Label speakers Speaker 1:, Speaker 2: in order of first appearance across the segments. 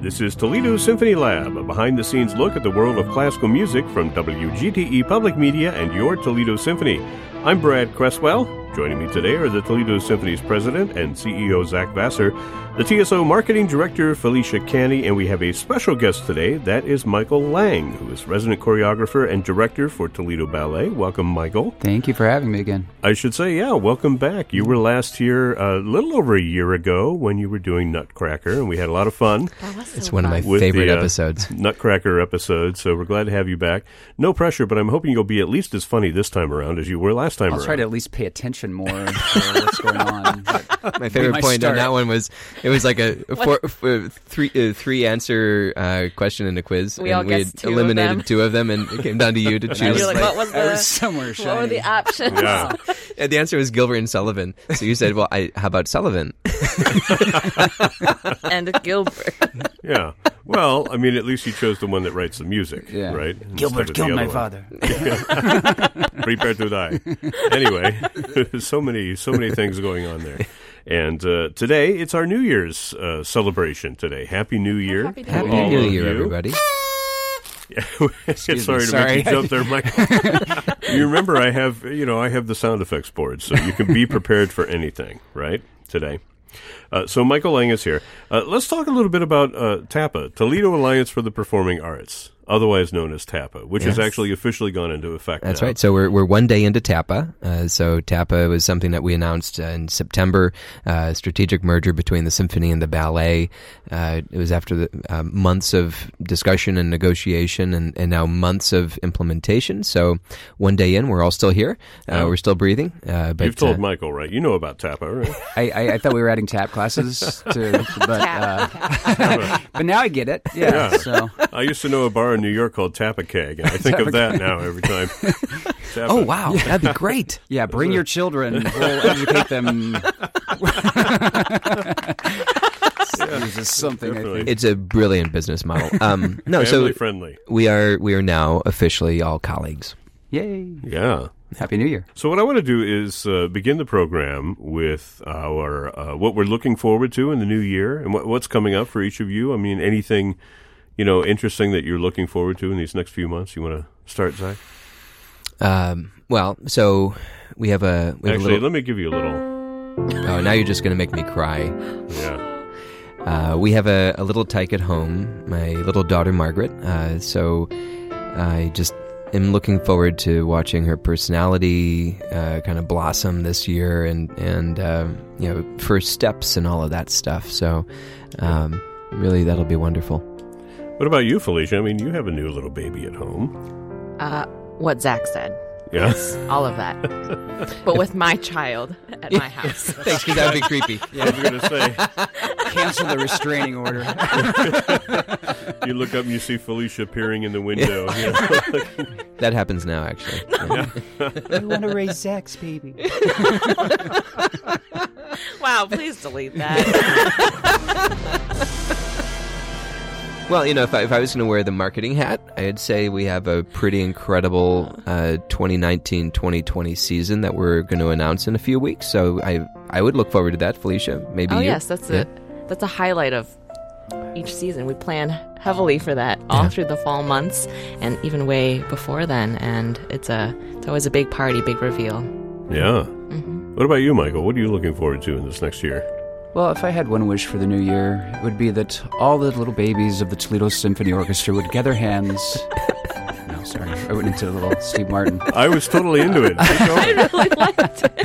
Speaker 1: This is Toledo Symphony Lab, a behind the scenes look at the world of classical music from WGTE E Public Media and your Toledo Symphony. I'm Brad Cresswell. Joining me today are the Toledo Symphony's president and CEO Zach Vassar, the TSO marketing director Felicia Canny, and we have a special guest today. That is Michael Lang, who is resident choreographer and director for Toledo Ballet. Welcome, Michael.
Speaker 2: Thank you for having me again.
Speaker 1: I should say, yeah, welcome back. You were last here a little over a year ago when you were doing Nutcracker, and we had a lot of fun.
Speaker 3: That was so
Speaker 4: It's one of my
Speaker 3: fun.
Speaker 1: With the,
Speaker 4: favorite
Speaker 1: uh,
Speaker 4: episodes.
Speaker 1: Nutcracker episode, so we're glad to have you back. No pressure, but I'm hoping you'll be at least as funny this time around as you were last time
Speaker 2: I'll
Speaker 1: around.
Speaker 2: try to at least pay attention more to what's going on. But
Speaker 4: My favorite
Speaker 2: my
Speaker 4: point
Speaker 2: start.
Speaker 4: on that one was it was like a four, f- three uh, three answer uh, question in a quiz,
Speaker 3: We
Speaker 4: and
Speaker 3: all
Speaker 4: we had
Speaker 3: guessed two of
Speaker 4: eliminated
Speaker 3: them.
Speaker 4: two of them, and it came down to you to
Speaker 2: I
Speaker 4: choose.
Speaker 3: You're like, what
Speaker 4: like-
Speaker 3: was
Speaker 2: I
Speaker 3: the-
Speaker 2: was somewhere shiny.
Speaker 3: What were the options?
Speaker 1: Yeah.
Speaker 4: and the answer was Gilbert and Sullivan. So you said, "Well, I, how about Sullivan?"
Speaker 3: and Gilbert.
Speaker 1: yeah. Well, I mean, at least you chose the one that writes the music,
Speaker 2: Yeah.
Speaker 1: right? Instead of the other one. Prepare to die. Anyway, so many, so many things going on there. And uh, today, it's our New Year's uh, celebration. Today, Happy New Year!
Speaker 3: Happy
Speaker 1: to
Speaker 3: New
Speaker 4: Happy
Speaker 1: all
Speaker 4: New
Speaker 1: of
Speaker 4: Year,
Speaker 1: you.
Speaker 4: everybody!
Speaker 1: sorry,
Speaker 2: me,
Speaker 1: to
Speaker 2: sorry.
Speaker 1: make you jump there, Michael. you remember I have you know I have the sound effects board, so you can be prepared for anything, right? Today. Uh, so Michael Lang is here. Uh, let's talk a little bit about uh, TAPA, Toledo Alliance for the Performing Arts, otherwise known as TAPA, which has
Speaker 4: Yes.
Speaker 1: actually officially gone into effect.
Speaker 4: That's
Speaker 1: now.
Speaker 4: right. So we're, we're one day into TAPA. Uh, so TAPA was something that we announced uh, in September, uh, strategic merger between the symphony and the ballet. Uh, it was after the, uh, months of discussion and negotiation and, and now months of implementation. So one day in, we're all still here. Uh, We're still breathing. Uh, but
Speaker 1: You've told
Speaker 4: uh,
Speaker 1: Michael, right? You know about TAPA, right?
Speaker 2: I, I, I thought we were adding tap classes to, but uh, but now I get it. Yeah.
Speaker 1: Yeah.
Speaker 2: So
Speaker 1: I used to know a bar in New York called Tappa Keg, and I think of that now every time. Tappa.
Speaker 4: Oh, wow. That'd be great.
Speaker 2: yeah, bring your children. We'll educate them. this is something I
Speaker 1: Definitely.
Speaker 2: think.
Speaker 4: It's a brilliant business model. Um, no,
Speaker 1: Family
Speaker 4: so
Speaker 1: friendly.
Speaker 4: we are we are now officially all colleagues.
Speaker 2: Yay!
Speaker 1: Yeah.
Speaker 2: Happy New Year.
Speaker 1: So what I want to do is uh, begin the program with our uh, what we're looking forward to in the new year and what, what's coming up for each of you. I mean, anything you know interesting that you're looking forward to in these next few months. You want to start, Zach?
Speaker 4: Um, well, so we have a we have a
Speaker 1: Actually,
Speaker 4: little,
Speaker 1: let me give you a little.
Speaker 4: Oh, now you're just going to make me cry.
Speaker 1: Yeah.
Speaker 4: Uh, we have a, a little tyke at home, my little daughter Margaret. Uh, so I just am looking forward to watching her personality uh, kind of blossom this year, and and uh, you know first steps and all of that stuff. So um, really, that'll be wonderful.
Speaker 1: What about you, Felicia? I mean, you have a new little baby at home.
Speaker 3: Uh, what Zach said.
Speaker 1: Yeah.
Speaker 3: Yes, all of that. but with my child at my house.
Speaker 4: Thanks, because that would be creepy.
Speaker 1: I was gonna say,
Speaker 2: Cancel the restraining order.
Speaker 1: you look up and you see Felicia peering in the window. you know.
Speaker 4: That happens now, actually.
Speaker 2: we want to raise Zach's baby.
Speaker 3: wow, please delete that.
Speaker 4: Well, you know, if I, if I was going to wear the marketing hat, I'd say we have a pretty incredible
Speaker 2: Oh.
Speaker 4: uh, 2019-2020 season that we're going to announce in a few weeks. So I I would look forward to that, Felicia. Maybe
Speaker 3: oh
Speaker 4: you?
Speaker 3: yes, that's
Speaker 4: Yeah.
Speaker 3: a that's a highlight of each season. We plan heavily for that all through the fall months and even way before then. And it's a it's always a big party, big reveal. Mm-hmm.
Speaker 1: yeah. What about you, Michael? What are you looking forward to in this next year?
Speaker 2: Well, if I had one wish for the new year, it would be that all the little babies of the Toledo Symphony Orchestra would gather hands. no, sorry, I went into a little Steve Martin.
Speaker 1: I was totally into it. Keep going.
Speaker 3: really liked it.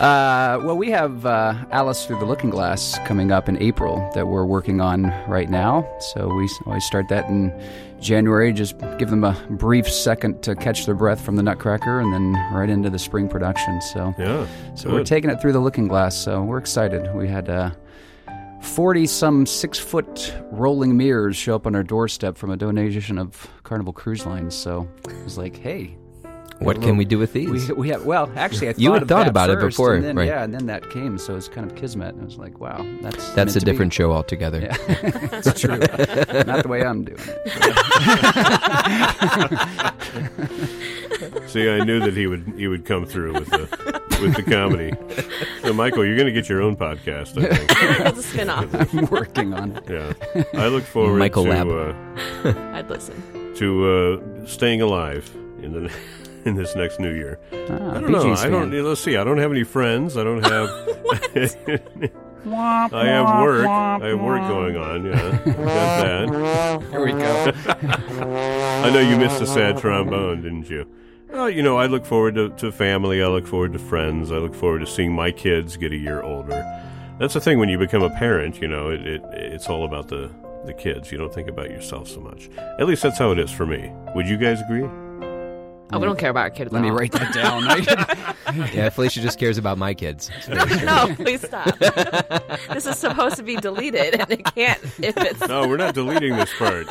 Speaker 2: Uh, well, we have uh, Alice Through the Looking Glass coming up in April that we're working on right now. So we s- always start that in January, just give them a brief second to catch their breath from the Nutcracker, and then right into the spring production. So.
Speaker 1: Yeah.
Speaker 2: So we're
Speaker 1: Good.
Speaker 2: taking it through the looking glass. So we're excited. We had uh, 40 some six foot rolling mirrors show up on our doorstep from a donation of Carnival Cruise Lines. So it was like, hey.
Speaker 4: What can we do with these?
Speaker 2: We, we have well, actually, I thought
Speaker 4: You had
Speaker 2: of
Speaker 4: thought
Speaker 2: that
Speaker 4: about it
Speaker 2: first,
Speaker 4: before,
Speaker 2: and then,
Speaker 4: right.
Speaker 2: Yeah, and then that came, so it's kind of kismet. And I was like, wow, that's meant
Speaker 4: That's a
Speaker 2: to be.
Speaker 4: different show altogether.
Speaker 2: Yeah. It's true. Not the way I'm doing it.
Speaker 1: See, I knew that he would he would come through with the with the comedy. so, Michael, you're going to get your own podcast. I think.
Speaker 3: it's a spin off.
Speaker 2: I'm working on it.
Speaker 1: Yeah, I look forward
Speaker 4: Michael Lab.
Speaker 1: to uh,
Speaker 3: I'd listen.
Speaker 1: to uh, staying alive in the in this next new year. I
Speaker 2: Ah, Bee
Speaker 1: don't know.
Speaker 2: Gees
Speaker 1: I don't.
Speaker 2: fan.
Speaker 1: Let's see. I don't have any friends. I don't have. I have work. I have work going on. Yeah, I got that.
Speaker 2: Here we go.
Speaker 1: I know you missed the sad trombone, didn't you? Uh, you know, I look forward to, to family. I look forward to friends. I look forward to seeing my kids get a year older. That's the thing when you become a parent. You know, it, it it's all about the the kids. You don't think about yourself so much. At least that's how it is for me. Would you guys agree?
Speaker 3: Oh, we don't care about our kids.
Speaker 2: Let me write that down.
Speaker 4: Yeah, Felicia just cares about my kids.
Speaker 3: No, please stop. this is supposed to be deleted, and it can't if it's,
Speaker 1: No, we're not deleting this part.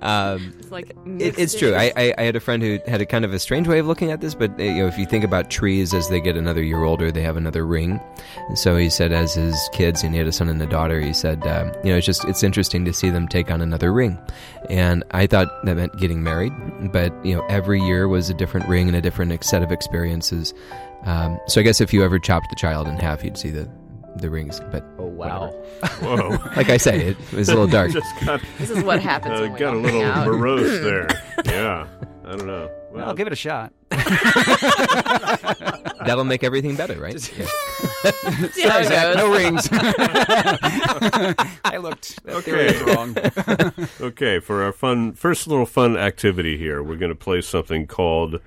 Speaker 4: Um,
Speaker 3: it's like.
Speaker 4: it,
Speaker 3: mixed
Speaker 4: it's true.
Speaker 3: in.
Speaker 4: I, I, I had a friend who had a kind of a strange way of looking at this, but uh, you know, if you think about trees as they get another year older, they have another ring. And so he said, as his kids, and he had a son and a daughter, he said, um, you know, it's just it's interesting to see them take on another ring. And I thought that meant getting married, but you know, every year was a different ring and a different ex- set of experiences. Um, so I guess if you ever chopped the child in half, you'd see the the rings. But
Speaker 2: oh wow.
Speaker 1: Whoa.
Speaker 4: like I say, it was a little dark.
Speaker 1: Just got,
Speaker 3: This is what happens.
Speaker 1: uh,
Speaker 3: when we
Speaker 1: got a
Speaker 3: don't
Speaker 1: little
Speaker 3: hang out.
Speaker 1: morose there. Yeah. I don't know. Well,
Speaker 2: I'll give it a shot.
Speaker 4: That'll make everything better, right? Yeah.
Speaker 3: See how it goes.
Speaker 2: no rings. I looked.
Speaker 1: Okay.
Speaker 2: They were wrong.
Speaker 1: Okay, for our fun first little fun activity here, we're going to play something called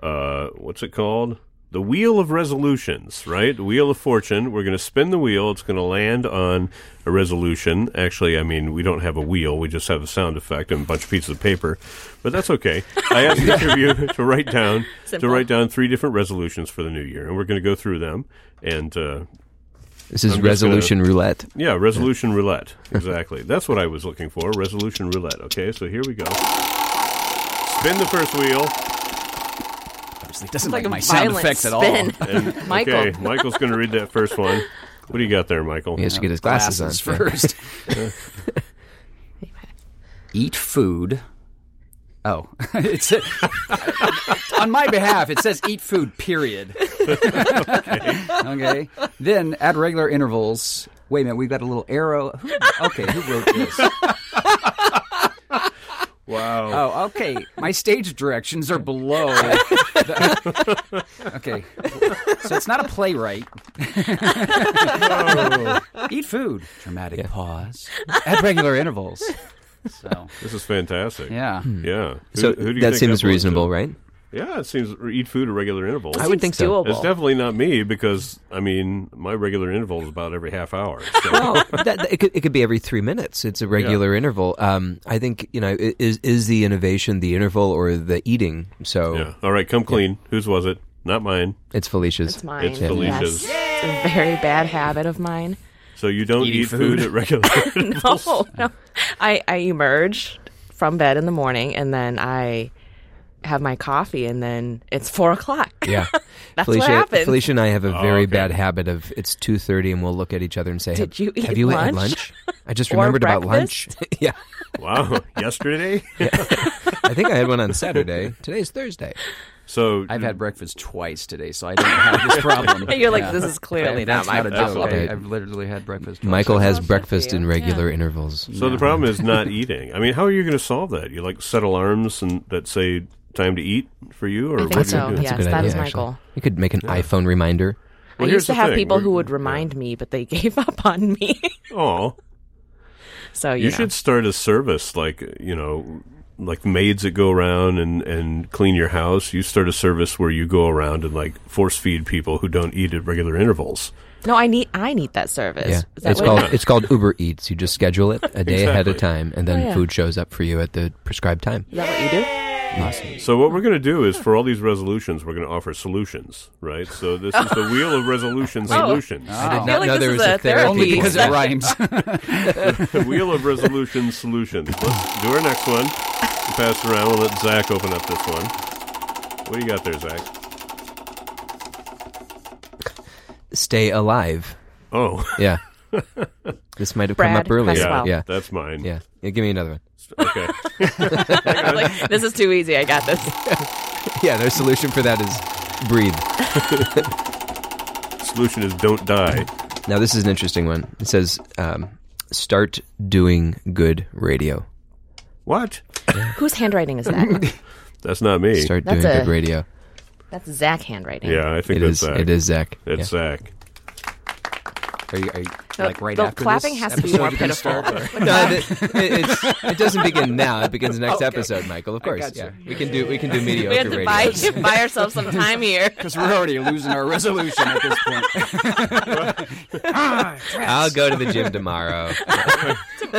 Speaker 1: uh, what's it called? The Wheel of Resolutions, right? The Wheel of Fortune. We're going to spin the wheel. It's going to land on a resolution. Actually, I mean, we don't have a wheel. We just have a sound effect and a bunch of pieces of paper, but that's okay. I asked each of you to write down
Speaker 3: Simple.
Speaker 1: to write down three different resolutions for the new year, and we're going to go through them and uh,
Speaker 4: This is
Speaker 1: I'm just
Speaker 4: resolution roulette.
Speaker 1: yeah, resolution roulette. Exactly. That's what I was looking for. Resolution roulette. Okay, so here we go. Spin the first wheel.
Speaker 2: Obviously, it doesn't
Speaker 3: It's
Speaker 2: like,
Speaker 3: like a
Speaker 2: my sound
Speaker 3: violent
Speaker 2: effects at all.
Speaker 3: spin.
Speaker 1: And,
Speaker 3: Michael.
Speaker 1: Okay, Michael's going to read that first one. What do you got there, Michael?
Speaker 4: He has to get his glasses,
Speaker 2: Glasses
Speaker 4: on
Speaker 2: first. Eat food. Oh, it's on my behalf. It says eat food. Period. okay. Then at regular intervals. Wait a minute. We've got a little arrow. Who, okay, who wrote this?
Speaker 1: Wow.
Speaker 2: Oh, okay. My stage directions are below. the- okay. So it's not a playwright. Eat food. Dramatic pause at regular intervals. So,
Speaker 1: This is fantastic.
Speaker 2: yeah.
Speaker 1: Yeah. Who-
Speaker 4: So
Speaker 1: who do you
Speaker 4: that
Speaker 1: think
Speaker 4: seems
Speaker 1: that was? uh,
Speaker 4: reasonable, right?
Speaker 1: Yeah, it seems eat food at regular intervals.
Speaker 4: I would think so.
Speaker 3: Doable.
Speaker 1: It's definitely not me because, I mean, my regular interval is about every half hour. So.
Speaker 4: Oh, that, that- it, could, it could be every three minutes. It's a regular interval. Um, I think you know i- is is the innovation the interval or the eating? So
Speaker 1: yeah. All right, come clean. Whose was it? Not mine.
Speaker 4: it's Felicia's.
Speaker 3: It's mine.
Speaker 1: It's Felicia's.
Speaker 3: Yes. It's a very bad habit of mine.
Speaker 1: So you don't
Speaker 2: Eating
Speaker 1: eat food.
Speaker 2: food.
Speaker 1: at regular intervals?
Speaker 3: No, no. I, I emerge from bed in the morning and then I have my coffee and then it's four o'clock.
Speaker 4: Yeah,
Speaker 3: That's what
Speaker 4: Felicia.
Speaker 3: happens.
Speaker 4: Felicia and I have a very
Speaker 1: Oh, okay.
Speaker 4: bad habit of it's two thirty and we'll look at each other and say,
Speaker 3: Did you eat
Speaker 4: Have you had
Speaker 3: lunch?"
Speaker 4: lunch? I just
Speaker 3: Or
Speaker 4: remembered about lunch. yeah,
Speaker 1: Wow. Yesterday?
Speaker 4: I think I had one on Saturday. Today's Thursday.
Speaker 1: So
Speaker 2: I've had breakfast twice today, so I don't have this problem.
Speaker 3: You're like,
Speaker 2: Yeah.
Speaker 3: this is clearly
Speaker 2: That's
Speaker 3: not my
Speaker 2: not a joke.
Speaker 3: problem.
Speaker 4: Okay.
Speaker 2: I, I've literally had breakfast. Twice.
Speaker 4: Michael has
Speaker 3: awesome for
Speaker 4: breakfast
Speaker 3: you.
Speaker 4: in regular intervals.
Speaker 1: So the problem is not eating. I mean, how are you going to solve that? You like set alarms and that say time to eat for you, or
Speaker 3: I
Speaker 1: what do
Speaker 3: think
Speaker 1: you
Speaker 3: so.
Speaker 1: do?
Speaker 4: That's a
Speaker 3: Yes,
Speaker 4: good
Speaker 3: that
Speaker 4: idea,
Speaker 3: is my
Speaker 4: actually.
Speaker 3: goal.
Speaker 4: You could make an iPhone reminder.
Speaker 1: Well,
Speaker 3: I
Speaker 1: here's
Speaker 3: used to
Speaker 1: the
Speaker 3: have
Speaker 1: thing.
Speaker 3: people
Speaker 1: We're-
Speaker 3: who would remind me, but they gave up on me.
Speaker 1: Oh,
Speaker 3: so you,
Speaker 1: you
Speaker 3: know.
Speaker 1: should start a service like you know, like maids that go around and and clean your house. You start a service where you go around and like force feed people who don't eat at regular intervals.
Speaker 3: No, I need I need that service.
Speaker 4: Yeah,
Speaker 3: Is that
Speaker 4: it's
Speaker 3: what-
Speaker 4: called it's called Uber Eats. You just schedule it a day ahead of time, and then
Speaker 3: Oh, yeah.
Speaker 4: food shows up for you at the prescribed time.
Speaker 3: Is that what you do?
Speaker 1: So what we're going to do is for all these resolutions, we're going to offer solutions, right? So this is the wheel of resolution solutions.
Speaker 4: I did
Speaker 3: feel
Speaker 4: not
Speaker 3: like
Speaker 4: know
Speaker 3: this
Speaker 4: there
Speaker 3: is
Speaker 4: was a
Speaker 3: a
Speaker 4: therapy.
Speaker 3: therapy
Speaker 2: Only because it
Speaker 4: portion.
Speaker 2: rhymes.
Speaker 1: The Wheel of Resolution Solutions. Let's do our next one. We'll pass it around. We'll let Zach open up this one. What do you got there, Zach?
Speaker 4: Stay alive.
Speaker 1: Oh,
Speaker 4: Yeah. this might have come
Speaker 3: Brad
Speaker 4: up earlier.
Speaker 3: As
Speaker 1: yeah,
Speaker 3: Cresswell. well.
Speaker 4: Yeah.
Speaker 1: that's mine.
Speaker 4: Yeah. Yeah, Give me another one.
Speaker 1: Okay.
Speaker 3: I'm like, this is too easy. I got this.
Speaker 4: Yeah, their solution for that is breathe.
Speaker 1: Solution is don't die.
Speaker 4: Now, this is an interesting one. It says, um, start doing good radio.
Speaker 1: What?
Speaker 3: Whose handwriting is that?
Speaker 1: That's not me.
Speaker 4: Start
Speaker 3: That's
Speaker 4: doing
Speaker 3: a-
Speaker 4: good radio.
Speaker 3: That's Zach handwriting.
Speaker 1: Yeah, I think
Speaker 4: It
Speaker 1: that's
Speaker 4: is.
Speaker 1: Zach.
Speaker 4: It is Zach.
Speaker 1: It's
Speaker 4: Yeah.
Speaker 1: Zach.
Speaker 2: Are you, are you
Speaker 3: The-
Speaker 2: like right
Speaker 3: the
Speaker 2: after
Speaker 3: clapping
Speaker 2: this
Speaker 3: has to be
Speaker 2: episode
Speaker 3: more
Speaker 2: you're gonna
Speaker 3: pitiful.
Speaker 2: start, or-
Speaker 4: No, it, Uh, it, it's, it doesn't begin now. It begins next episode, Michael. Of course, yeah. We can do we can do mediocre
Speaker 3: We have to
Speaker 4: radio.
Speaker 3: buy, buy ourselves some time here.
Speaker 2: Because we're already losing our resolution at this point.
Speaker 4: I'll go to the gym tomorrow.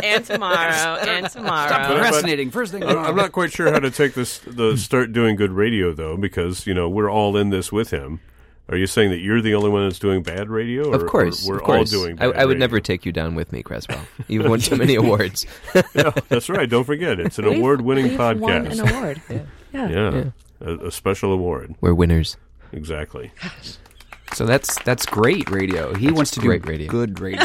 Speaker 3: and tomorrow. And tomorrow.
Speaker 2: Procrastinating. First thing.
Speaker 1: I- I'm not quite sure how to take this. The start doing good radio though, because you know we're all in this with him. Are you saying that you're the only one that's doing bad radio? Or,
Speaker 4: of course,
Speaker 1: or we're
Speaker 4: of course.
Speaker 1: all doing.
Speaker 4: I,
Speaker 1: Bad
Speaker 4: I would
Speaker 1: radio?
Speaker 4: never take you down with me, Creswell. You've won too many awards.
Speaker 1: No, that's right. Don't forget, it's an
Speaker 3: We've-
Speaker 1: award-winning
Speaker 3: we've
Speaker 1: podcast.
Speaker 3: Won an award. yeah.
Speaker 1: yeah, A, a special award.
Speaker 4: We're winners.
Speaker 1: Exactly.
Speaker 2: So that's that's great radio. He wants to do
Speaker 4: great radio.
Speaker 2: good radio.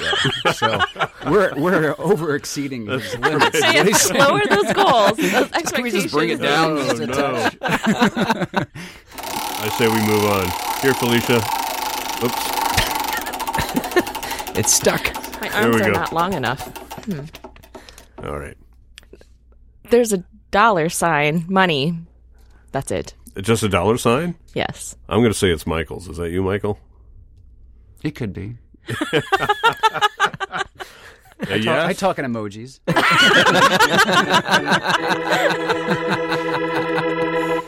Speaker 2: so we're we're over exceeding his limits.
Speaker 3: Hey, lower those goals. Those expectations.
Speaker 2: Can we just bring it down?
Speaker 1: Oh,
Speaker 2: just a
Speaker 1: no.
Speaker 2: touch?
Speaker 1: I say we move on. Here, Felicia. Oops.
Speaker 4: It's stuck.
Speaker 3: My
Speaker 1: There
Speaker 3: arms
Speaker 1: we go.
Speaker 3: are not long enough.
Speaker 1: All right.
Speaker 3: There's a dollar sign, money. That's it.
Speaker 1: Just a dollar sign?
Speaker 3: Yes.
Speaker 1: I'm going to say it's Michael's. Is that you, Michael?
Speaker 2: It could be.
Speaker 1: Uh,
Speaker 2: I
Speaker 1: yes.
Speaker 2: talk in emojis.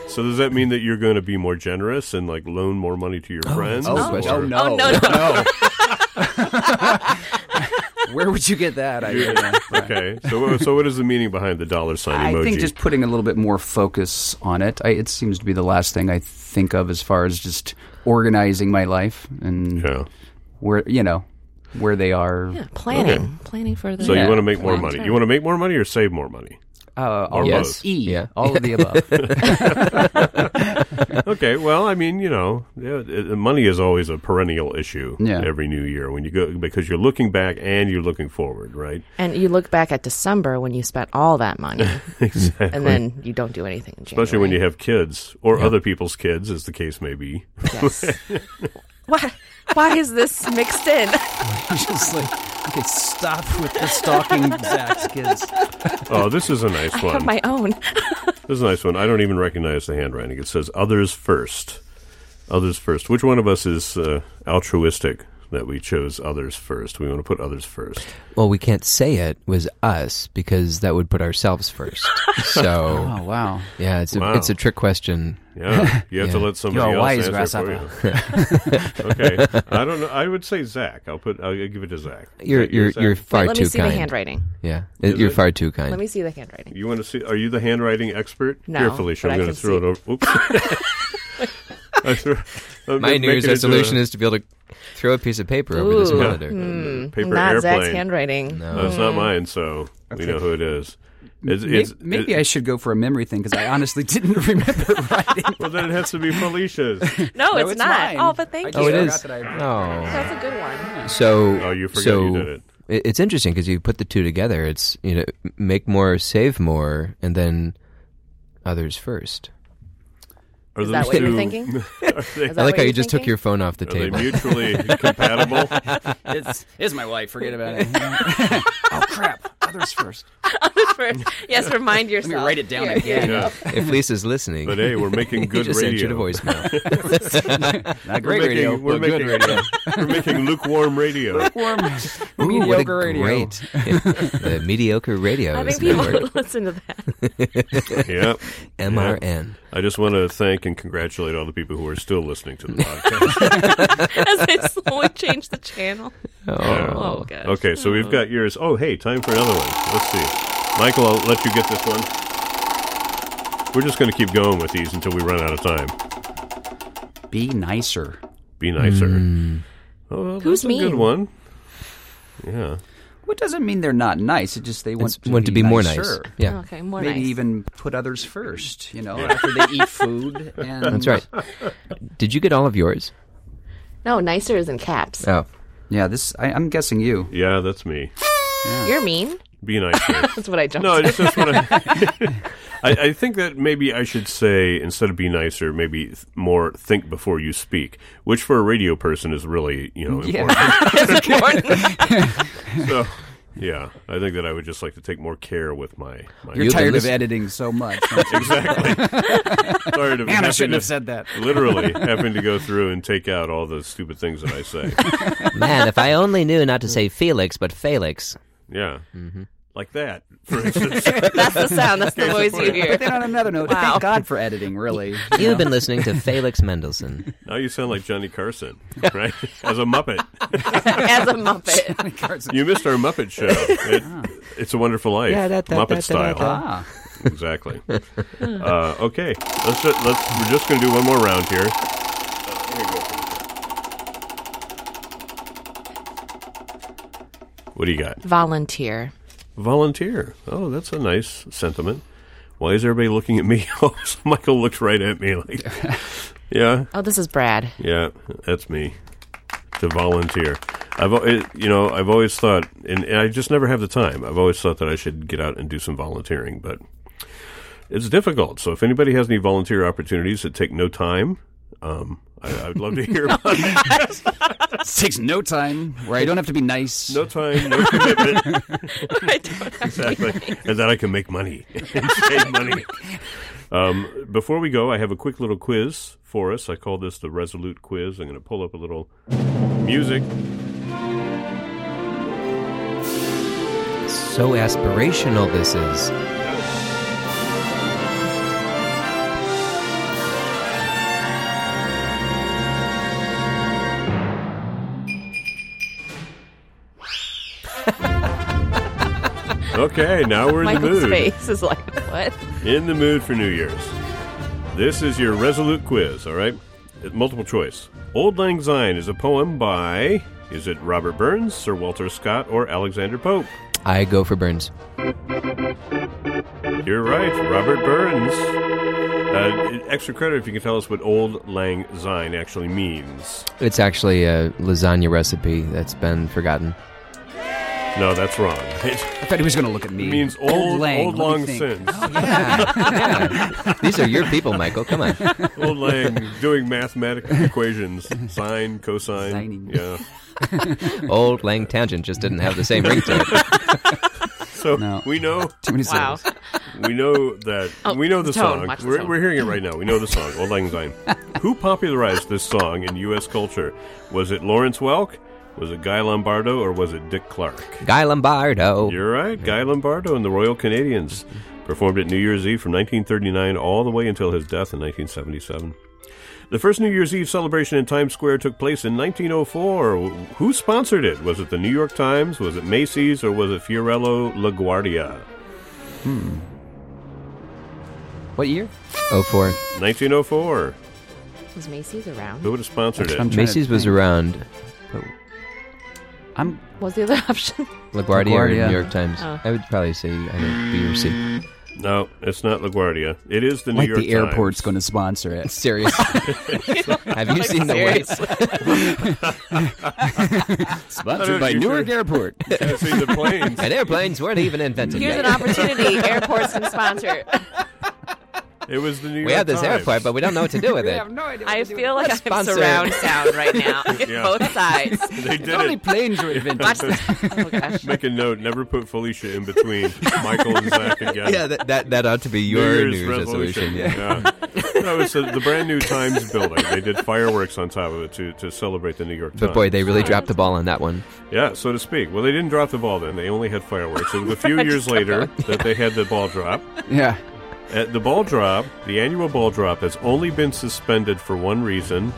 Speaker 1: so does that mean that you're going to be more generous and like loan more money to your friends?
Speaker 4: oh,
Speaker 1: or-
Speaker 4: oh,
Speaker 2: oh no!
Speaker 3: Oh, no,
Speaker 2: Oh, no. Where would you get that idea?
Speaker 1: Okay. So what, so what is the meaning behind the dollar sign emoji?
Speaker 2: I think just putting a little bit more focus on it. I, it seems to be the last thing I think of as far as just organizing my life and
Speaker 1: yeah.
Speaker 2: where you know where they are.
Speaker 3: Yeah, planning. Planning for the
Speaker 1: So you
Speaker 2: Yeah.
Speaker 1: want to make more
Speaker 3: Long
Speaker 1: money.
Speaker 3: term.
Speaker 1: You want to make more money or save more money?
Speaker 2: Uh, all
Speaker 1: Yes.
Speaker 2: of E.
Speaker 4: Yeah.
Speaker 2: All of the above.
Speaker 1: Okay, well, I mean, you know, yeah, it- money is always a perennial issue
Speaker 2: Yeah.
Speaker 1: every new year when you go because you're looking back and you're looking forward, right?
Speaker 3: And you look back at December when you spent all that money,
Speaker 1: Exactly.
Speaker 3: and then you don't do anything in January.
Speaker 1: Especially when you have kids or other people's kids, as the case may be.
Speaker 3: Yes. why, why is this mixed in?
Speaker 2: just like okay, stop with the stalking Zach's kids.
Speaker 1: oh, this is a nice
Speaker 3: I have
Speaker 1: one.
Speaker 3: my own.
Speaker 1: This is a nice one. I don't even recognize the handwriting. It says others first. Others first. Which one of us is uh, altruistic that we chose others first? We want to put others first.
Speaker 4: Well, we can't say it was us because that would put ourselves first. So
Speaker 2: Oh wow!
Speaker 4: yeah, it's a,
Speaker 1: Wow.
Speaker 4: it's a trick question.
Speaker 1: Yeah, you have to
Speaker 4: Yeah.
Speaker 1: let somebody
Speaker 2: You're a
Speaker 1: else
Speaker 2: wise
Speaker 1: answer it for you. okay, I don't know. I would say Zach. I'll put. I'll give it to Zach.
Speaker 4: You're
Speaker 1: Is that you,
Speaker 4: you're
Speaker 1: Zach?
Speaker 4: you're far
Speaker 3: Let
Speaker 4: too
Speaker 3: me see
Speaker 4: kind.
Speaker 3: the handwriting.
Speaker 4: Yeah, you're
Speaker 1: it?
Speaker 4: far too kind.
Speaker 3: Let me see the handwriting.
Speaker 1: You want to see? Are you the handwriting expert?
Speaker 3: No,
Speaker 1: Here, Felicia,
Speaker 3: but
Speaker 1: I'm
Speaker 3: I
Speaker 1: going to
Speaker 3: can
Speaker 1: throw
Speaker 3: see.
Speaker 1: it over. Oops. I threw, I'm
Speaker 4: My
Speaker 1: making
Speaker 4: New Year's
Speaker 1: it into
Speaker 4: resolution
Speaker 1: a
Speaker 4: is to be able to throw a piece of paper over this
Speaker 3: Ooh. Hmm.
Speaker 4: monitor.
Speaker 1: paper
Speaker 3: not
Speaker 1: airplane.
Speaker 3: Zach's handwriting.
Speaker 1: No, it's not mine, so we know who it is. It's, it's,
Speaker 2: Maybe, maybe
Speaker 1: it-
Speaker 2: I should go for a memory thing because I honestly didn't remember writing.
Speaker 1: Well, then it has to be Felicia's.
Speaker 3: No,
Speaker 2: No,
Speaker 3: it's,
Speaker 2: it's
Speaker 3: not.
Speaker 2: mine.
Speaker 3: Oh, but
Speaker 2: I
Speaker 3: thank
Speaker 2: just
Speaker 4: Oh,
Speaker 3: you.
Speaker 4: it
Speaker 2: forgot
Speaker 4: is.
Speaker 2: that I-
Speaker 4: Oh,
Speaker 3: That's a good one.
Speaker 4: so
Speaker 1: Oh, you forgot
Speaker 4: so
Speaker 1: you did it.
Speaker 4: i- It's interesting because you put the two together. It's you know make more, save more, and then others first.
Speaker 1: Are
Speaker 3: Is that
Speaker 1: those
Speaker 3: what you're
Speaker 1: two- Are
Speaker 3: thinking?
Speaker 1: they,
Speaker 3: Is that
Speaker 4: I like
Speaker 3: what
Speaker 4: how
Speaker 3: you're
Speaker 4: you just took
Speaker 3: thinking?
Speaker 4: your phone off the
Speaker 1: are they
Speaker 4: table.
Speaker 1: mutually compatible?
Speaker 2: It's, it's my wife. Forget about it. oh crap! Others first.
Speaker 3: For- yes, remind yourself.
Speaker 2: Let me write it down
Speaker 3: Here.
Speaker 2: again.
Speaker 1: Yeah.
Speaker 4: if Lisa's listening,
Speaker 1: But hey, we're making
Speaker 4: you
Speaker 1: good
Speaker 4: just
Speaker 1: radio.
Speaker 4: answered a voicemail.
Speaker 2: Not
Speaker 1: We're
Speaker 2: great
Speaker 1: making,
Speaker 2: radio,
Speaker 1: we're
Speaker 2: but good
Speaker 1: making,
Speaker 2: radio.
Speaker 1: we're making lukewarm radio.
Speaker 2: Lukewarm,
Speaker 4: Ooh, what a
Speaker 2: mediocre radio.
Speaker 4: great the mediocre radio
Speaker 3: I
Speaker 4: is
Speaker 3: think people
Speaker 4: the network.
Speaker 3: would listen to that.
Speaker 1: yeah.
Speaker 4: MRN.
Speaker 1: I just want to thank and congratulate all the people who are still listening to the podcast.
Speaker 3: as they slowly change the channel.
Speaker 1: Yeah.
Speaker 3: Oh, gosh.
Speaker 1: Um, Okay, so we've got yours. Oh, hey, time for another one. Let's see. Michael, I'll let you get this one. We're just going to keep going with these until we run out of time.
Speaker 2: Be nicer.
Speaker 1: Be nicer.
Speaker 2: Hmm.
Speaker 1: Oh, well,
Speaker 3: Who's
Speaker 1: that's a good
Speaker 3: mean?
Speaker 1: one. Yeah.
Speaker 2: What doesn't mean they're not nice? It just they want,
Speaker 4: It's- Want to be more nice.
Speaker 2: nicer. Oh,
Speaker 4: Yeah,
Speaker 3: Okay, more
Speaker 2: Maybe
Speaker 3: nice.
Speaker 2: even put others first. You know, after they eat food. And
Speaker 4: that's right. Did you get all of yours?
Speaker 3: No, nicer is in caps.
Speaker 4: Oh,
Speaker 2: Yeah, this I, I'm guessing you.
Speaker 1: Yeah, that's me.
Speaker 3: You're mean.
Speaker 1: Be nice. Dave.
Speaker 3: That's what I jumped.
Speaker 1: no, it's just what I, I. I think that maybe I should say instead of be nicer, maybe th- more think before you speak, which for a radio person is really you know important. so, yeah, I think that I would just like to take more care with my. my
Speaker 2: You're
Speaker 4: You're the
Speaker 2: tired of
Speaker 4: list-
Speaker 2: editing so much.
Speaker 1: tired of
Speaker 2: Man, I
Speaker 1: having
Speaker 2: shouldn't
Speaker 1: to-
Speaker 2: have said that.
Speaker 1: Literally having to go through and take out all the stupid things that I say.
Speaker 4: Man, if I only knew not to say Felix, but Felix.
Speaker 1: Yeah,
Speaker 2: Mm-hmm.
Speaker 1: like that, for instance.
Speaker 3: That's the sound. That's the voice you hear.
Speaker 2: But then on another note, thank God for editing, really.
Speaker 4: You've been listening to Felix Mendelssohn.
Speaker 1: now you sound like Johnny Carson, right? As a Muppet.
Speaker 3: As a Muppet.
Speaker 1: You missed our Muppet show. It, It's a Wonderful Life,
Speaker 4: Yeah, that- that-
Speaker 1: Muppet
Speaker 4: that-
Speaker 1: style.
Speaker 4: that- that.
Speaker 2: ah,
Speaker 1: Exactly. uh, okay, let's ju- let's. We're just going to do one more round here. Uh, here we go. What do you got?
Speaker 3: Volunteer.
Speaker 1: Volunteer. Oh, that's a nice sentiment. Why is everybody looking at me? Oh, Michael looked right at me like, yeah,
Speaker 3: Oh, this is Brad.
Speaker 1: yeah, that's me. To volunteer, I've al- it, you know I've always thought, and, and I just never have the time. I've always thought that I should get out and do some volunteering, but it's difficult. So if anybody has any volunteer opportunities that take no time, um, I, I'd love to hear about it.
Speaker 2: it takes no time. Where I don't have to be nice.
Speaker 1: No time, no commitment,
Speaker 3: I don't
Speaker 1: exactly, and that I can make money and save money. Um, before we go, I have a quick little quiz for us. I call this the Resolute Quiz. I'm going to pull up a little music.
Speaker 4: So aspirational this is.
Speaker 1: Okay, now we're in the
Speaker 3: Michael's
Speaker 1: mood.
Speaker 3: face is like, what?
Speaker 1: In the mood for New Year's. This is your resolute quiz, all right? It- Multiple choice. Old Lang Syne is a poem by. Is it Robert Burns, Sir Walter Scott, or Alexander Pope?
Speaker 4: I go for Burns.
Speaker 1: You're right, Robert Burns. Uh, extra credit if you can tell us what Old Lang Syne actually means.
Speaker 4: It's actually a lasagna recipe that's been forgotten.
Speaker 1: No, that's wrong. It
Speaker 2: I thought he was going to look at me.
Speaker 1: means old, old,
Speaker 2: lang. Let me
Speaker 1: long
Speaker 2: think.
Speaker 1: since.
Speaker 4: These are your people, Michael. Come on.
Speaker 1: old Lang doing mathematical equations. Sine, cosine.
Speaker 2: Signing.
Speaker 1: Yeah.
Speaker 4: Old Lang Tangent just didn't have the same ring to it.
Speaker 1: So
Speaker 2: No.
Speaker 1: we know
Speaker 2: Too many
Speaker 3: Wow.
Speaker 2: syllables.
Speaker 1: We know that.
Speaker 3: Oh,
Speaker 1: we know the
Speaker 3: tone,
Speaker 1: song.
Speaker 3: watch the
Speaker 1: We're,
Speaker 3: tone.
Speaker 1: we're hearing it right now. We know the song, Old Lang Syne. Who popularized this song in U.S. culture? Was it Lawrence Welk? Was it Guy Lombardo? Or was it Dick Clark?
Speaker 4: Guy Lombardo.
Speaker 1: You're right. Guy Lombardo and the Royal Canadians
Speaker 3: Mm-hmm.
Speaker 1: performed at New Year's Eve from 1939 all the way until his death in 1977. The first New Year's Eve celebration in Times Square took place in 1904. Who sponsored it? Was it the New York Times? Was it Macy's? Or was it Fiorello LaGuardia?
Speaker 2: What year?
Speaker 4: Oh four.
Speaker 1: 1904.
Speaker 3: Was Macy's around?
Speaker 1: Who would have sponsored
Speaker 2: I'm
Speaker 1: it?
Speaker 2: trying to
Speaker 4: Macy's was
Speaker 2: think.
Speaker 4: around.
Speaker 2: I'm
Speaker 3: What was the other option?
Speaker 4: LaGuardia, or
Speaker 2: LaGuardia.
Speaker 4: New York Times.
Speaker 3: Oh.
Speaker 4: I would probably say either B or C.
Speaker 1: No, it's not LaGuardia. It is the New
Speaker 2: like
Speaker 1: York
Speaker 2: the airport's going to sponsor it.
Speaker 4: Serious. Have you seen the way?
Speaker 3: Seriously.
Speaker 1: I don't
Speaker 2: Sponsored by
Speaker 1: think you
Speaker 2: Newark
Speaker 1: could.
Speaker 2: Airport.
Speaker 1: to see the planes.
Speaker 4: And airplanes weren't even invented
Speaker 3: Here's
Speaker 4: yet.
Speaker 3: an opportunity. Airports can sponsor.
Speaker 1: It was the New York
Speaker 4: we have this
Speaker 1: Times.
Speaker 4: airport, but we don't know what to do with it.
Speaker 2: no idea.
Speaker 3: I feel like
Speaker 4: Let's
Speaker 3: I'm
Speaker 4: sponsor it.
Speaker 3: surround sound right now.
Speaker 1: Yeah.
Speaker 3: Both sides.
Speaker 1: They did
Speaker 2: only
Speaker 1: it.
Speaker 2: planes were invented.
Speaker 3: Watch this. Oh, gosh.
Speaker 1: Make a note. Never put Felicia in between Michael and Zach again.
Speaker 4: Yeah, that, that that ought to be
Speaker 1: New
Speaker 4: your
Speaker 1: Year's,
Speaker 4: New Year's
Speaker 1: resolution.
Speaker 4: resolution. Yeah.
Speaker 1: Yeah. no, it's the, the brand new Times building. They did fireworks on top of it to, to celebrate the New York Times.
Speaker 4: But boy, they really dropped the ball on that one.
Speaker 1: Yeah, so to speak. Well, they didn't drop the ball then. They only had fireworks. It was a few years later that they had the ball drop.
Speaker 2: yeah.
Speaker 1: At the ball drop, the annual ball drop has only been suspended for one reason.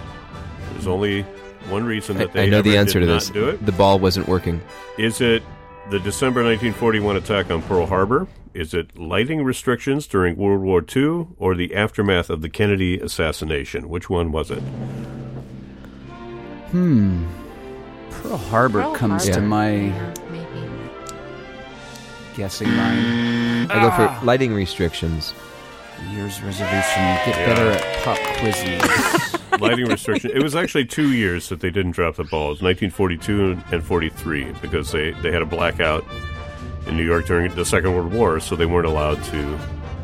Speaker 1: There's only one reason
Speaker 4: I,
Speaker 1: that they
Speaker 4: I know
Speaker 1: ever
Speaker 4: the answer
Speaker 1: did
Speaker 4: to
Speaker 1: not
Speaker 4: this.
Speaker 1: do it.
Speaker 4: The ball wasn't working.
Speaker 1: Is it the December 1941 attack on Pearl Harbor? Is it lighting restrictions during World War II or the aftermath of the Kennedy assassination? Which one was it?
Speaker 2: Pearl Harbor
Speaker 3: Pearl
Speaker 2: comes to
Speaker 3: Harbor.
Speaker 2: my
Speaker 3: Yeah, maybe.
Speaker 2: guessing mind.
Speaker 4: I go
Speaker 1: Ah.
Speaker 4: for lighting restrictions.
Speaker 2: Year's resolution. Get better at pop quizzes.
Speaker 1: Lighting restriction. It was actually two years that they didn't drop the ball. It was 1942 and 43 because they, they had a blackout in in New York during the Second World War, so they weren't allowed to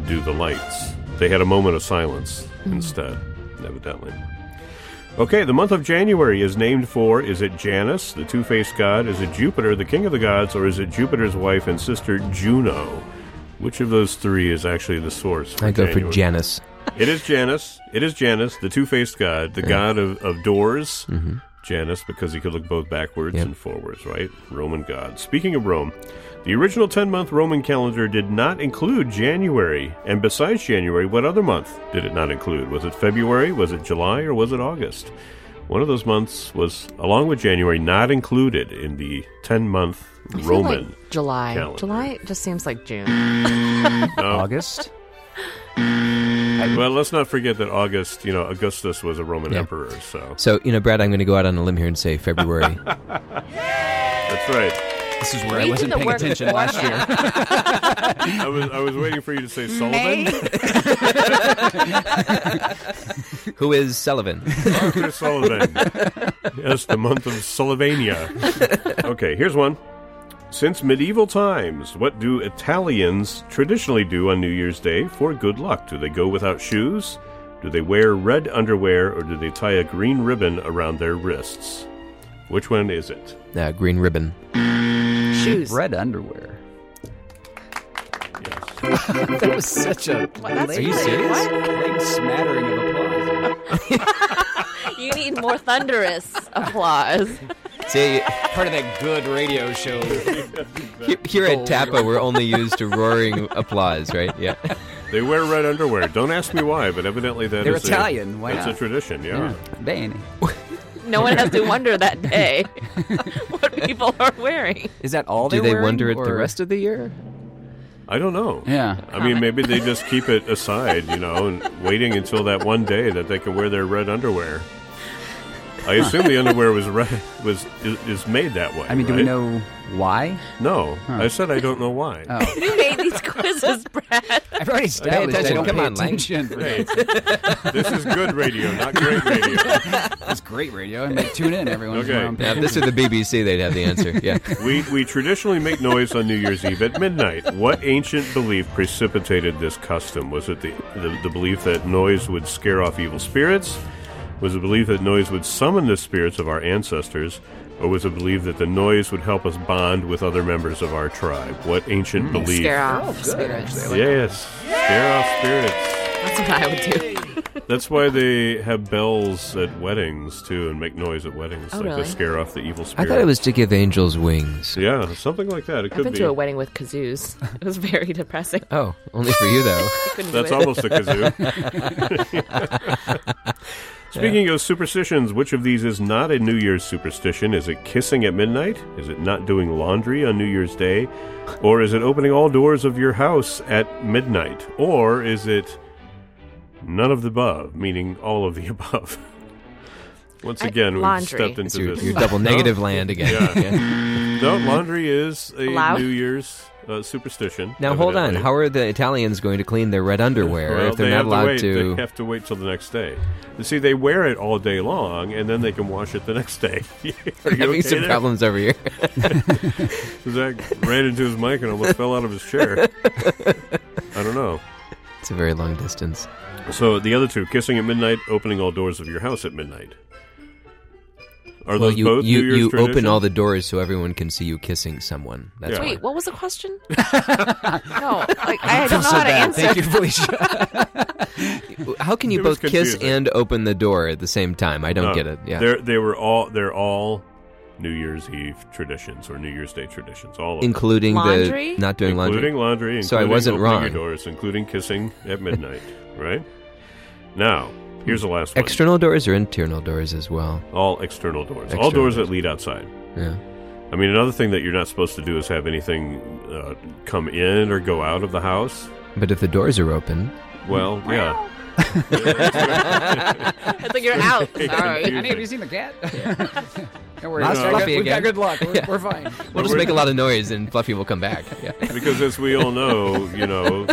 Speaker 1: do the lights. They had a moment of silence instead, evidently. Okay, the month of January is named for is it Janus, the two faced god? Is it Jupiter, the king of the gods? Or is it Jupiter's wife and sister Juno? Which of those three is actually the source? For
Speaker 4: I go for
Speaker 1: January?
Speaker 4: Janus.
Speaker 1: It is Janus. It is Janus, the two faced god, the god of, of doors. Janus, because he could look both backwards
Speaker 4: Mm-hmm. Yep.
Speaker 1: and forwards, right? Roman god. Speaking of Rome, the original 10 month Roman calendar did not include January. And besides January, what other month did it not include? Was it February? Was it July? Or was it August? One of those months was, along with January, not included in the 10 month
Speaker 3: I feel
Speaker 1: Roman.
Speaker 3: like July.
Speaker 1: calendar.
Speaker 3: July just seems like June.
Speaker 1: Oh.
Speaker 2: August.
Speaker 1: well, let's not forget that August, you know, Augustus was a Roman
Speaker 4: Yeah.
Speaker 1: emperor, so.
Speaker 4: So, you know, Brad, I'm going to go out on a limb here and say February.
Speaker 1: That's right.
Speaker 2: This is where
Speaker 3: We
Speaker 2: I
Speaker 3: did
Speaker 2: wasn't
Speaker 3: the
Speaker 2: paying
Speaker 3: work
Speaker 2: attention
Speaker 3: for
Speaker 2: last year.
Speaker 3: that.
Speaker 1: I was I was waiting for you to say Sullivan.
Speaker 4: Who is Sullivan?
Speaker 1: Arthur Sullivan. yes, the month of Sullivania. Okay, here's one. Since medieval times, what do Italians traditionally do on New Year's Day for good luck? Do they go without shoes? Do they wear red underwear or do they tie a green ribbon around their wrists? Which one is it?
Speaker 4: Uh, green ribbon.
Speaker 3: Shoes.
Speaker 2: Red underwear.
Speaker 1: Yes.
Speaker 2: That was such a
Speaker 3: that's
Speaker 2: big-
Speaker 4: really- serious?
Speaker 2: big smattering of applause.
Speaker 3: You need more thunderous applause.
Speaker 4: See,
Speaker 2: Part of that good radio show.
Speaker 4: he- here at Tapa, we're only used to roaring applause, right? Yeah.
Speaker 1: They wear red underwear. Don't ask me why, but evidently that
Speaker 2: They're
Speaker 1: is a-
Speaker 2: Italian. Why
Speaker 1: that's
Speaker 2: not?
Speaker 1: a tradition,
Speaker 2: Yeah. Danny.
Speaker 3: No one has to wonder that day what people are wearing.
Speaker 2: Is that all
Speaker 4: Do
Speaker 2: they're
Speaker 4: they
Speaker 2: wearing,
Speaker 4: wonder it the
Speaker 2: or-
Speaker 4: rest of the year?
Speaker 1: I don't know.
Speaker 2: Yeah.
Speaker 1: I mean, maybe they just keep it aside, you know, and waiting until that one day that they can wear their red underwear. I assume the underwear was red, was is, is made that way.
Speaker 2: I mean, do we
Speaker 1: right?
Speaker 2: know Oh. why?
Speaker 1: No, I said I don't know why.
Speaker 3: You made these quizzes, Brad.
Speaker 2: I've already established I
Speaker 4: attention,
Speaker 2: don't
Speaker 4: come
Speaker 2: pay
Speaker 4: on, Lang.
Speaker 2: attention.
Speaker 1: Hey, this is good radio, not great radio.
Speaker 2: It's great radio, and they tune in every once in a
Speaker 1: Okay.
Speaker 2: while. and
Speaker 4: Now,
Speaker 2: pay
Speaker 4: if this were the BBC, they'd have the answer. Yeah.
Speaker 1: We we traditionally make noise on New Year's Eve at midnight. What ancient belief precipitated this custom? Was it the the, the belief that noise would scare off evil spirits? Was it belief that noise would summon the spirits of our ancestors? Or was it belief that the noise would help us bond with other members of our tribe? What ancient belief?
Speaker 3: Mm, Scare off spirits.
Speaker 1: Yes, scare off spirits.
Speaker 3: That's what I would do.
Speaker 1: That's why they have bells at weddings too, and make noise at weddings,
Speaker 3: Oh,
Speaker 1: like
Speaker 3: really?
Speaker 1: to scare off the evil spirits.
Speaker 4: I thought it was to give angels wings.
Speaker 1: yeah, something like that. It
Speaker 3: I've
Speaker 1: could
Speaker 3: been
Speaker 1: be.
Speaker 3: to a wedding with kazoos. It was very depressing.
Speaker 4: Oh, only for you, though.
Speaker 3: I couldn't
Speaker 1: That's
Speaker 3: do it.
Speaker 1: almost a kazoo. Speaking of superstitions, which of these is not a New Year's superstition? Is it kissing at midnight? Is it not doing laundry on New Year's Day? Or is it opening all doors of your house at midnight? Or is it none of the above, meaning all of the above? Once
Speaker 3: I-
Speaker 1: again, we've
Speaker 3: laundry.
Speaker 1: stepped
Speaker 4: It's
Speaker 1: into
Speaker 4: your,
Speaker 1: this.
Speaker 4: your double negative land again.
Speaker 1: Yeah.
Speaker 4: Yeah.
Speaker 1: No, laundry is a
Speaker 3: Allowed?
Speaker 1: New Year's uh, superstition.
Speaker 4: Now, hold on.
Speaker 1: evidently.
Speaker 4: How are the Italians going to clean their red underwear
Speaker 1: Well,
Speaker 4: if they're
Speaker 1: they
Speaker 4: not
Speaker 1: have
Speaker 4: allowed
Speaker 1: to, wait.
Speaker 4: to?
Speaker 1: They have to wait till the next day. You see, they wear it all day long, and then they can wash it the next day. Are you
Speaker 4: having
Speaker 1: okay
Speaker 4: some
Speaker 1: there?
Speaker 4: problems over here.
Speaker 1: Zach ran into his mic and almost fell out of his chair. I don't know.
Speaker 4: it's a very long distance.
Speaker 1: So the other two: kissing at midnight, opening all doors of your house at midnight. Are
Speaker 4: well,
Speaker 1: those
Speaker 4: you
Speaker 1: both
Speaker 4: you,
Speaker 1: New Year's
Speaker 4: you open all
Speaker 1: traditions?
Speaker 4: the doors so everyone can see you kissing someone. That's
Speaker 1: Yeah.
Speaker 4: why.
Speaker 3: Wait, what was the question? no, like, I,
Speaker 2: attention.
Speaker 3: don't know how to answer.
Speaker 2: Thank you, Felicia.
Speaker 4: How can you
Speaker 1: It was
Speaker 4: both kiss
Speaker 1: confusing.
Speaker 4: and open the door at the same time? I don't
Speaker 1: No.
Speaker 4: get it. Yeah.
Speaker 1: they're, they were all they're all New Year's Eve traditions or New Year's Day traditions. All of them.
Speaker 4: including
Speaker 3: Laundry?
Speaker 4: the not doing
Speaker 1: including
Speaker 4: laundry.
Speaker 1: laundry,
Speaker 4: So I
Speaker 1: including
Speaker 4: wasn't
Speaker 1: opening your
Speaker 4: wrong.
Speaker 1: doors, including kissing at midnight, right? Now, here's the last one.
Speaker 4: External doors or internal doors as well.
Speaker 1: All external doors.
Speaker 4: External
Speaker 1: All doors
Speaker 4: doors.
Speaker 1: that lead outside.
Speaker 4: Yeah.
Speaker 1: I mean, another thing that you're not supposed to do is have anything uh, come in or go out of the house.
Speaker 4: But if the doors are open,
Speaker 1: Well, yeah.
Speaker 3: I think you're out. Sorry.
Speaker 2: Any of you seen the cat? Don't worry.
Speaker 4: Lost
Speaker 2: we've got-
Speaker 4: Fluffy
Speaker 2: we've got
Speaker 4: again.
Speaker 2: good luck. We're, we're fine.
Speaker 4: we'll just
Speaker 1: we're-
Speaker 4: make a lot of noise and Fluffy will come back. Yeah.
Speaker 1: Because as we all know, you know,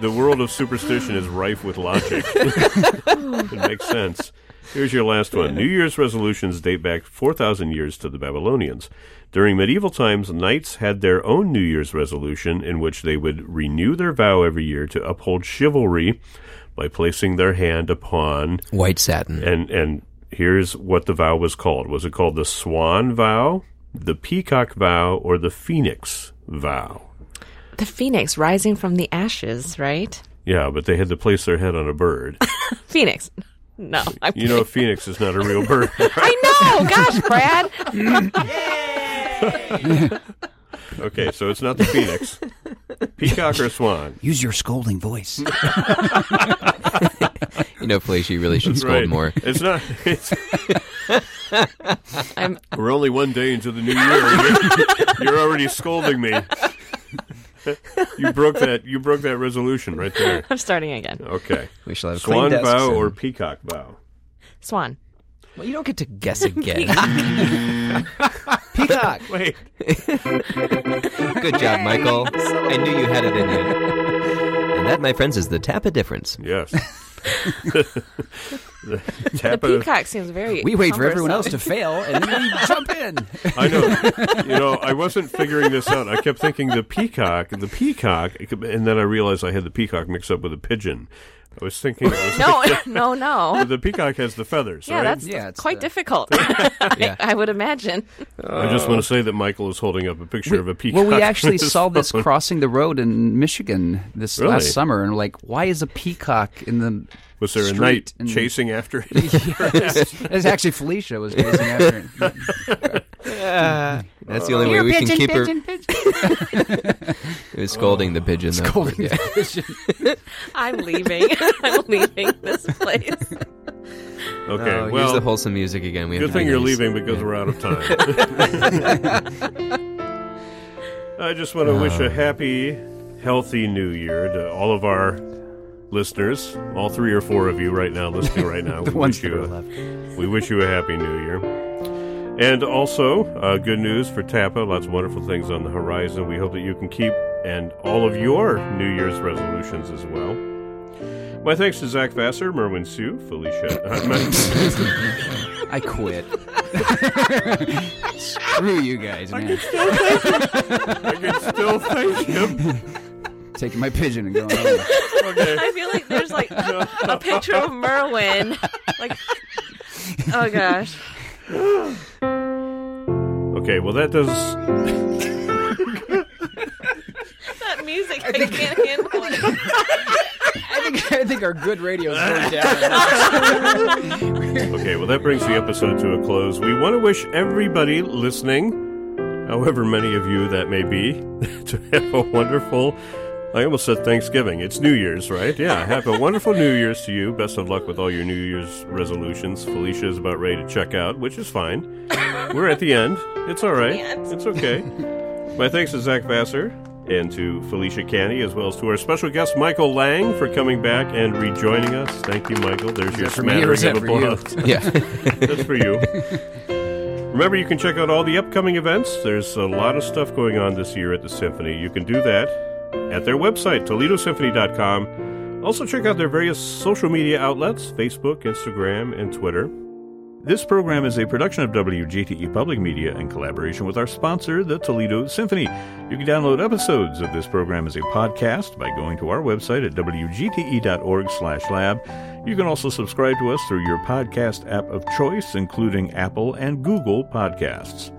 Speaker 1: the world of superstition is rife with logic. it makes sense. Here's your last one. New Year's resolutions date back 4,000 years to the Babylonians. During medieval times, knights had their own New Year's resolution in which they would renew their vow every year to uphold chivalry by placing their hand upon
Speaker 4: White satin.
Speaker 1: and and here's what the vow was called. Was it called the swan vow, the peacock vow, or the phoenix vow?
Speaker 3: The phoenix rising from the ashes, right?
Speaker 1: Yeah, but they had to place their head on a bird.
Speaker 3: Phoenix. No. I'm
Speaker 1: You know, a phoenix is not a real bird.
Speaker 3: I know. Gosh, Brad.
Speaker 1: Okay, so it's not the phoenix. Peacock or swan?
Speaker 2: Use your scolding voice.
Speaker 4: You know, Felicia, you really should scold more.
Speaker 1: It's not. It's,
Speaker 3: I'm-
Speaker 1: We're only one day into the new year. You're, you're already scolding me. you broke that. You broke that resolution right there.
Speaker 3: I'm starting again.
Speaker 1: Okay.
Speaker 4: We shall have
Speaker 1: Swan
Speaker 4: clean desks
Speaker 1: vow
Speaker 4: and-
Speaker 1: or peacock vow?
Speaker 3: Swan.
Speaker 4: Well, you don't get to guess again. Peacock.
Speaker 1: Wait.
Speaker 4: Good job, Michael. I knew you had it in you. And that, my friends, is the Tappa difference.
Speaker 1: Yes. the
Speaker 3: The
Speaker 1: Tappa-
Speaker 3: peacock seems very.
Speaker 2: We wait for everyone else to
Speaker 3: cumbersome.
Speaker 2: fail, and then we jump in.
Speaker 1: I know. You know, I wasn't figuring this out. I kept thinking the peacock, the peacock, and then I realized I had the peacock mixed up with a pigeon. I was thinking, I was
Speaker 3: No, no, no.
Speaker 1: thinking the peacock has the feathers,
Speaker 3: Yeah,
Speaker 1: right?
Speaker 3: that's
Speaker 2: Yeah, it's
Speaker 3: quite
Speaker 2: the-
Speaker 3: difficult. I,
Speaker 4: Yeah.
Speaker 3: I would imagine.
Speaker 1: I just want to say that Michael is holding up a picture of a peacock.
Speaker 2: Well, Oh. we actually
Speaker 1: on his
Speaker 2: saw this
Speaker 1: phone.
Speaker 2: crossing the road in Michigan this
Speaker 1: Really?
Speaker 2: last summer, and like, why is a peacock in the?
Speaker 1: Was there a
Speaker 2: street
Speaker 1: knight
Speaker 2: and-
Speaker 1: chasing after it?
Speaker 2: It's actually Felicia was chasing after. it.
Speaker 4: That's the only way we can keep her. It was scolding the pigeon. Though.
Speaker 2: Scolding
Speaker 4: Yeah.
Speaker 3: I'm leaving. I'm leaving this place.
Speaker 1: Okay,
Speaker 4: Oh, here's
Speaker 1: well,
Speaker 4: the wholesome music again. We
Speaker 1: Good
Speaker 4: have to
Speaker 1: thing you're
Speaker 4: release.
Speaker 1: leaving because
Speaker 4: Yeah.
Speaker 1: we're out of time. I just want to wish
Speaker 2: Uh.
Speaker 1: a happy, healthy new year to all of our listeners, all three or four of you right now listening right now. we,
Speaker 2: ones
Speaker 1: wish you
Speaker 2: that are
Speaker 1: a, we wish you a happy new year. And also, uh, good news for Tappa. Lots of wonderful things on the horizon. We hope that you can keep and all of your New Year's resolutions as well. My thanks to Zach Vassar, Merwin Sue, Felicia.
Speaker 2: I quit. Screw you guys, man!
Speaker 1: I can still thank him.
Speaker 2: Taking my pigeon and going. home.
Speaker 1: Okay.
Speaker 3: I feel like there's like a picture of Merwin. Like, oh gosh.
Speaker 1: Okay, well that does
Speaker 3: That music, I can't handle it.
Speaker 2: I think I think our good radio's going down.
Speaker 1: Okay, well that brings the episode to a close. We want to wish everybody listening, however many of you that may be, to have a wonderful I almost said Thanksgiving. It's New Year's, right? Yeah. Have a wonderful New Year's to you. Best of luck with all your New Year's resolutions. Felicia is about ready to check out, which is fine. We're at the end. It's all right.
Speaker 3: Yes.
Speaker 1: It's okay. My thanks to Zach Vassar and to Felicia Canny, as well as to our special guest, Michael Lang, for coming back and rejoining us. Thank you, Michael. There's your
Speaker 2: for me or
Speaker 1: smattering
Speaker 2: is
Speaker 1: of
Speaker 2: that for you?
Speaker 1: applause.
Speaker 4: Yeah.
Speaker 1: That's for you. Remember, you can check out all the upcoming events. There's a lot of stuff going on this year at the Symphony. You can do that at their website, ToledoSymphony.com. Also, check out their various social media outlets Facebook, Instagram, and Twitter. This program is a production of WGTE E Public Media in collaboration with our sponsor, the Toledo Symphony. You can download episodes of this program as a podcast by going to our website at E wgte.org/lab. You can also subscribe to us through your podcast app of choice, including Apple and Google Podcasts.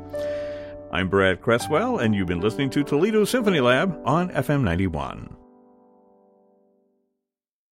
Speaker 1: I'm Brad Cresswell, and you've been listening to Toledo Symphony Lab on FM 91.